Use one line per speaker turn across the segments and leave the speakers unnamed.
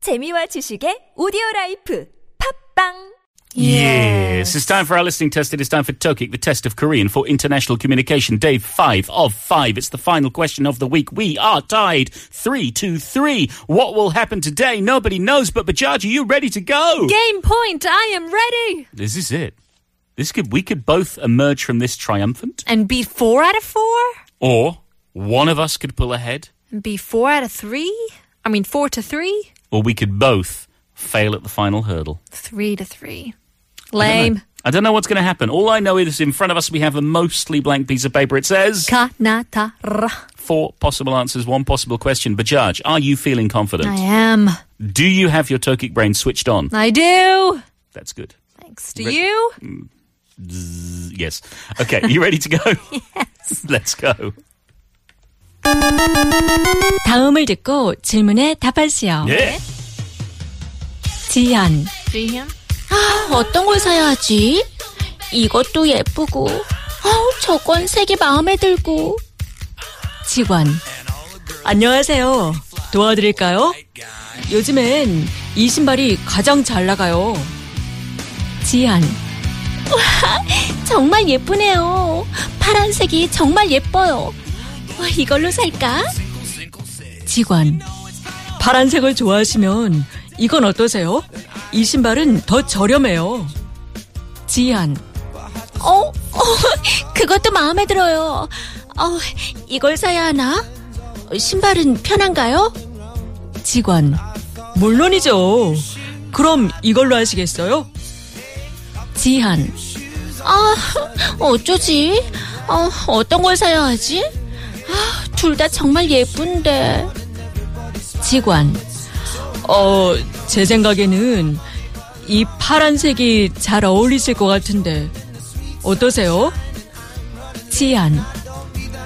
재미와 지식의 오디오 라이프 팝빵
Yes, it's time for our listening test. It is time for Tokik, the test of Korean for international communication, day five of five. It's the final question of the week. We are tied three to three. What will happen today? Nobody knows, but Bajaj, are you ready to go?
Game point. I am ready.
This is it. This could we could both emerge from this triumphant,
And be four out of four?
or one of us could pull ahead,
And be four out of three? I mean, four to three?
or we could both fail at the final hurdle.
Three to three.
I don't
Lame.
know. I don't know what's going to happen. All I know is in front of us we have a mostly blank piece of paper. It says.
Kanatara.
four possible answers, one possible question. Bajaj, are you feeling confident?
I am.
Do you have your Tokic brain switched on?
I do.
That's good.
Thanks to you.
Yes. Okay, you ready to go? yes. Let's go.
다음을 듣고 질문에 답하시오.
Yeah.
지연.
지현.
아, 어떤 걸 사야 하지? 이것도 예쁘고, 아우, 저건 색이 마음에 들고.
직원. 안녕하세요. 도와드릴까요? 요즘엔 이 신발이 가장 잘 나가요. 지연.
정말 예쁘네요. 파란색이 정말 예뻐요. 와, 이걸로 살까?
직원. 파란색을 좋아하시면 이건 어떠세요? 이 신발은 더 저렴해요. 지연.
어, 어, 그것도 마음에 들어요. 어, 이걸 사야 하나? 신발은 편한가요?
직원. 물론이죠. 그럼 이걸로 하시겠어요? 지한.
아, 어쩌지? 어, 어떤 걸 사야 하지? 아, 둘 다 정말 예쁜데.
직원. 어, 제 생각에는 이 파란색이 잘 어울리실 것 같은데 어떠세요? 지안.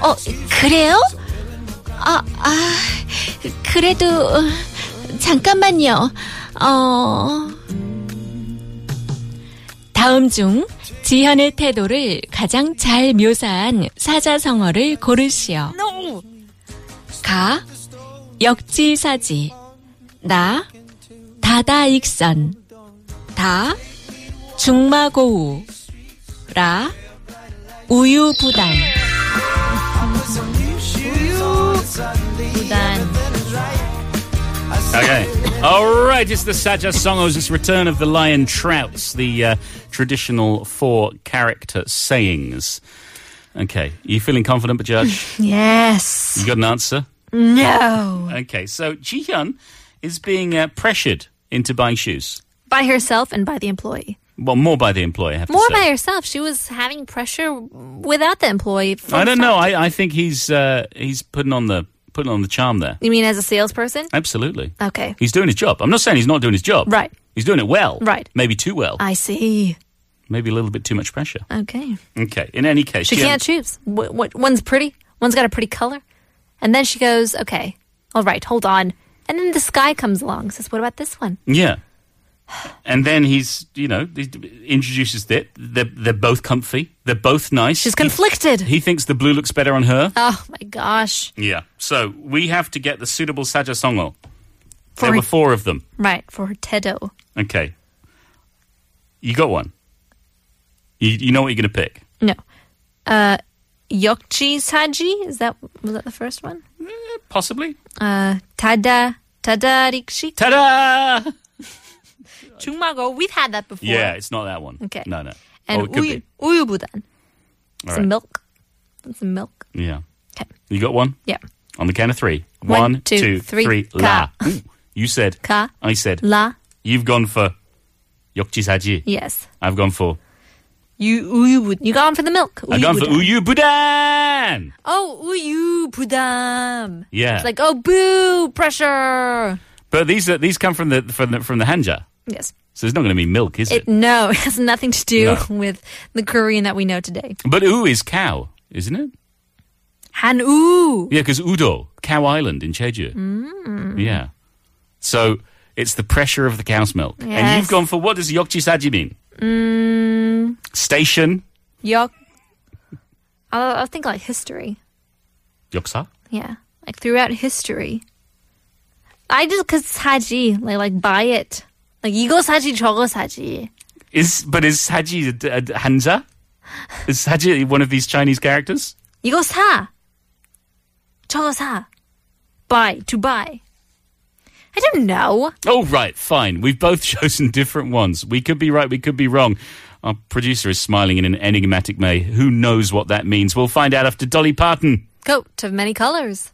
어, 그래요? 아, 아, 그래도, 어, 잠깐만요. 어,
다음 중 지한의 태도를 가장 잘 묘사한 사자성어를 고르시오. 가 역지사지 나 다다익선 다 중마고우 라 우유부단
Okay. All right, it's the Saja Songos. It's Return of the Lion Trouts, the uh, traditional four character sayings. Okay, you feeling confident, Bajaj?
Yes.
you got an answer?
No.
Okay, so Jihyun is being uh, pressured into buying shoes.
By herself and by the employee.
Well, more by the employer, I have
More
to say.
by herself. She was having pressure without the employee. from
I don't know.
start.
I, I think he's uh, he's putting on the putting on the charm there.
You mean as a salesperson?
Absolutely.
Okay.
He's doing his job. I'm not saying he's not doing his job.
Right.
He's doing it well.
Right. Uh,
Maybe too well.
I see.
Maybe a little bit too much pressure.
Okay.
Okay. In any case,
uh, She
Jim-
can't choose. Wh- wh- one's pretty, one's got a pretty color. And then she goes, okay, all right, hold on. And then this guy comes along and says, what about this one?
Yeah. And then he's, you know, he introduces that they're, they're both comfy. They're both nice.
She's conflicted.
He, he thinks the blue looks better on her.
oh my gosh.
Yeah. So we have to get the suitable Saja Songo. There
For-
were four of them.
Right, for her Tedo.
Okay. You got one. You, you know what you're going to pick.
No. Uh, Yokchi Saji? Is that, was that the first one?
Possibly.
Uh, Tada, Tada Rikshi.
Ta da!
Chungmago, we've had that before.
Yeah, it's not that one.
Okay.
No, no.
And
oh, it could be.
uyu, Uyubudan.
All
Some
right.
milk. Some milk.
Yeah.
Okay.
You got one?
Yeah.
On the count of three.
One,
One,
two,
two, three.
three.
La.
Ka.
Ooh, you said.
Ka.
I said.
La.
You've gone for yokjisaji.
Yes.
I've gone for.
You uyubud. You gone for the milk.
I've gone for uyu
Uyubudan.
budan.
Oh, uyu budam.
Yeah.
It's like, oh, boo, pressure.
But these are, these come from the from the, from the hanja,
Yes.
so it's not going to be milk, is it?
It, no, it has nothing to do
No.
with the Korean that we know today.
But u is cow, isn't it?
Han u.
Yeah, because Udo, Cow Island in Jeju. Yeah. So it's the pressure of the cow's milk. And you've
Yes.
gone for what does Yokchisaji mean? Station.
Yok. I'll, I'll think like history.
Yoksa?
Yeah. Like throughout history. I just cause 사지 like like buy it. Like 이거 사지 저거 사지.
Is but is uh, Haji a, a, a Hanza? Is Haji one of these Chinese characters?
이거 사. 저거 사. Buy to buy. I don't know.
Oh right, fine. We've both chosen different ones. We could be right. We could be wrong. Our producer is smiling in an enigmatic way. Who knows what that means? We'll find out after Dolly Parton.
Coat of many colors.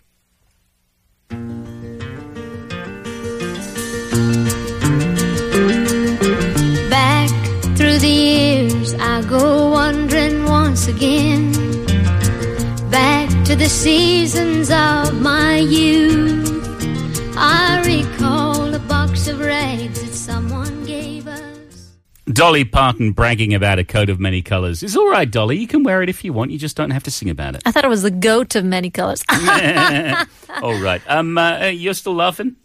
back through the years I go wandering once again back to the seasons of my youth I recall a box of rags that someone gave us
Dolly Parton bragging about a coat of many colours. It's all right, Dolly. You can wear it if you want. You just don't have to sing about it.
I thought it was the goat of many colors.
all right. Um, uh, you're still laughing.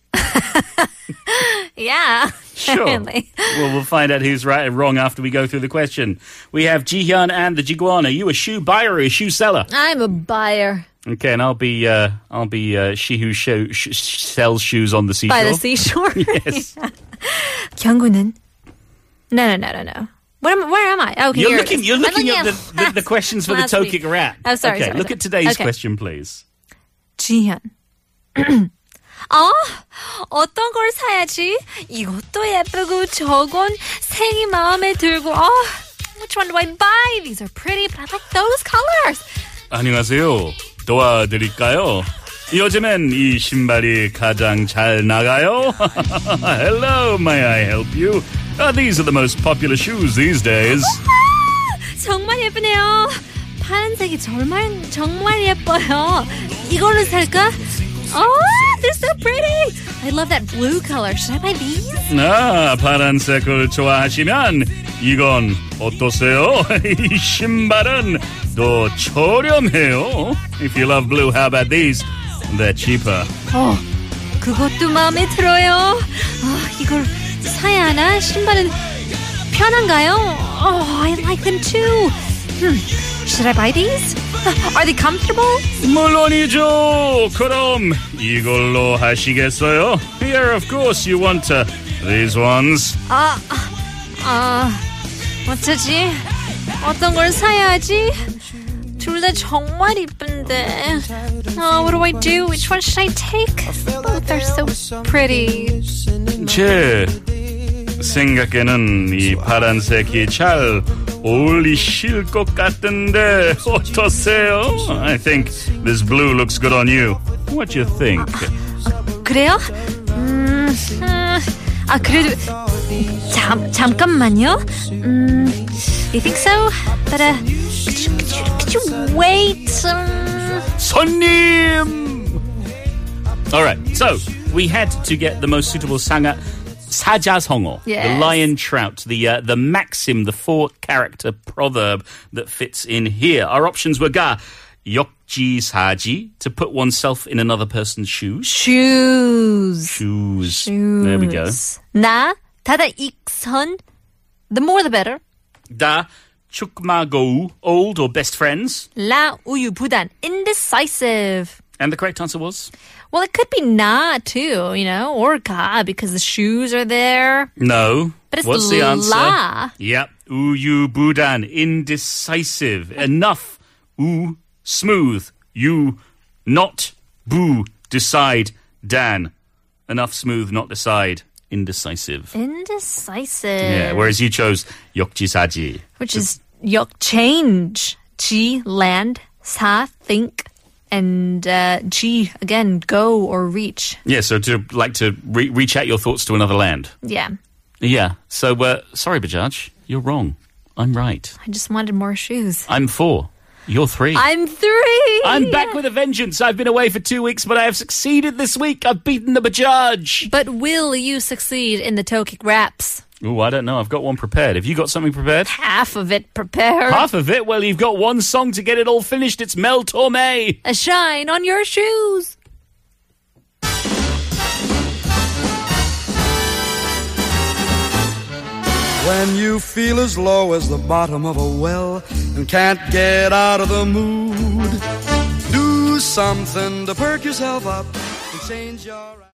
yeah.
Sure.
Apparently.
Well, we'll find out who's right and wrong after we go through the question. We have Jihyun and the Jiguan. Are you a shoe buyer or a shoe seller?
I'm a buyer
Okay, and I'll be uh, I'll be uh, she who show, sh- sh- sells shoes on the seashore.
by the seashore.
Yes.
경구는? No, no, no, no, no. Where am, where am I? Okay,
You're
here it
looking.
is.
You're
I'm
looking up the, the,
last-
the questions for the
last week.
Tokik rap.
Oh, sorry,
Okay,
sorry,
look
sorry.
at today's
Okay.
question, please.
지현. 아, 어떤 걸 사야지? 이것도 예쁘고 저건 색이 마음에 들고. 아, which one do I buy? These are pretty, but I like those colors.
안녕하세요. 도와드릴까요? 요즘엔 이 신발이 가장 잘 나가요. Hello, may I help you? Uh, these are the most popular shoes these days.
아, 정말 예쁘네요. 파란색이 정말 정말 예뻐요. 이걸로 살까? Oh, they're so pretty. I love that blue color. Should I buy these?
아, 파란색을 좋아하시면 이건 어떠세요? 이 신발은 더 저렴해요. If you love blue, how about these? They're cheaper.
어, 그것도 마음에 들어요. 아, 이걸 사야 하나? 신발은 편한가요? Oh, I like them too. Hmm, should I buy these? 아, Are they comfortable?
물론이죠. 그럼 이걸로 하시겠어요? Here, of course, you want uh, these ones.
아, 아, 어쩌지? 어떤 걸 사야 하지? 둘 다 정말 이쁜데. 아, what do I do? Which one should I take? Both are so pretty.
제 생각에는 이 파란색이 잘 어울리실 것 같은데 어떠세요? I think this blue looks good on you. What do you think?
그래요? 음, 음, 아 그래도 잠 잠깐만요. 음, you think so? But uh, could you, could you, could you wait? 음,
손님! All right, so we had to get the most suitable sanger. Sajazhongo, the
Yes.
lion trout, the uh, the maxim, the four character proverb that fits in here. Our options were ga, yokji saji, to put oneself in another person's shoes.
shoes.
Shoes. There we go.
나 다다 익선. The more the better.
Da chukmagou, old or best friends.
라 우유 부단. Indecisive.
And the correct answer was
Well, it could be na too, you know, or ka because the shoes are there.
no.
But it's
What's the answer?
la.
Yep. Uyu budan, indecisive, enough. U smooth, you not. Boo decide, Dan. Enough smooth, not decide, indecisive.
Indecisive.
Yeah. Whereas you chose yokjisaji.
which is yok change. G land, sa think, and uh, G again go or reach.
Yeah. So to like to re- reach out your thoughts to another land.
Yeah,
Yeah. So, uh, sorry, Bajaj, you're wrong. I'm right.
I just wanted more shoes.
I'm four. You're three.
I'm three.
I'm back with a vengeance. I've been away for two weeks, but I have succeeded this week. I've beaten the Bajaj.
But will you succeed in the Tokic raps?
Oh, I don't know. I've got one prepared. Have you got something prepared?
Half of it prepared.
Half of it? Well, you've got one song to get it all finished. It's Mel Torme.
A shine on your shoes.
When you feel as low as the bottom of a well and can't get out of the mood, do something to perk yourself up and change your.